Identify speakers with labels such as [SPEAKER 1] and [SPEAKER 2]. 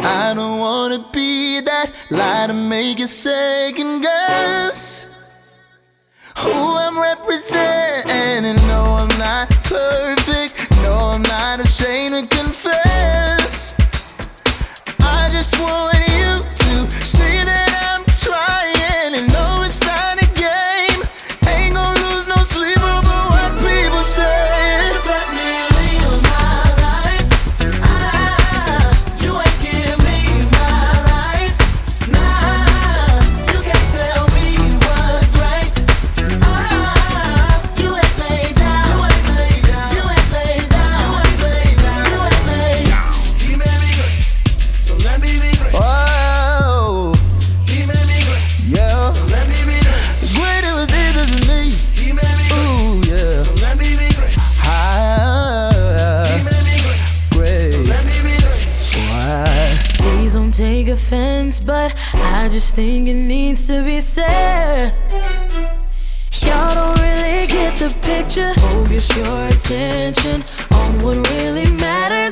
[SPEAKER 1] I don't wanna be that lie to make you second guess who I'm representing. No, I'm not perfect. No, I'm not ashamed to confess. I just want you to see that I'm trying. And no, it's not a game. Ain't gonna lose no sleep over what people say.
[SPEAKER 2] Just let me live my life. Ah, You ain't give me my life. Nah, you can't tell me what's right. Ah, You ain't laid down. You ain't laid down. You ain't laid down. You ain't laid down. You ain't laid down.
[SPEAKER 3] He made me great, so let me be great.
[SPEAKER 1] Whoa,
[SPEAKER 3] He made me great,
[SPEAKER 1] yeah.
[SPEAKER 3] so let me be great.
[SPEAKER 1] Greater is it than me.
[SPEAKER 3] He made me great,
[SPEAKER 1] Ooh, yeah.
[SPEAKER 3] so let me be great. He
[SPEAKER 1] Higher,
[SPEAKER 3] made me great,
[SPEAKER 1] great.
[SPEAKER 3] let me be great.
[SPEAKER 1] Why?
[SPEAKER 2] Please don't take offense, but I just think it needs to be said. Y'all don't really get the picture. Focus your attention on what really
[SPEAKER 1] Oh,
[SPEAKER 2] matters. Mm-hmm.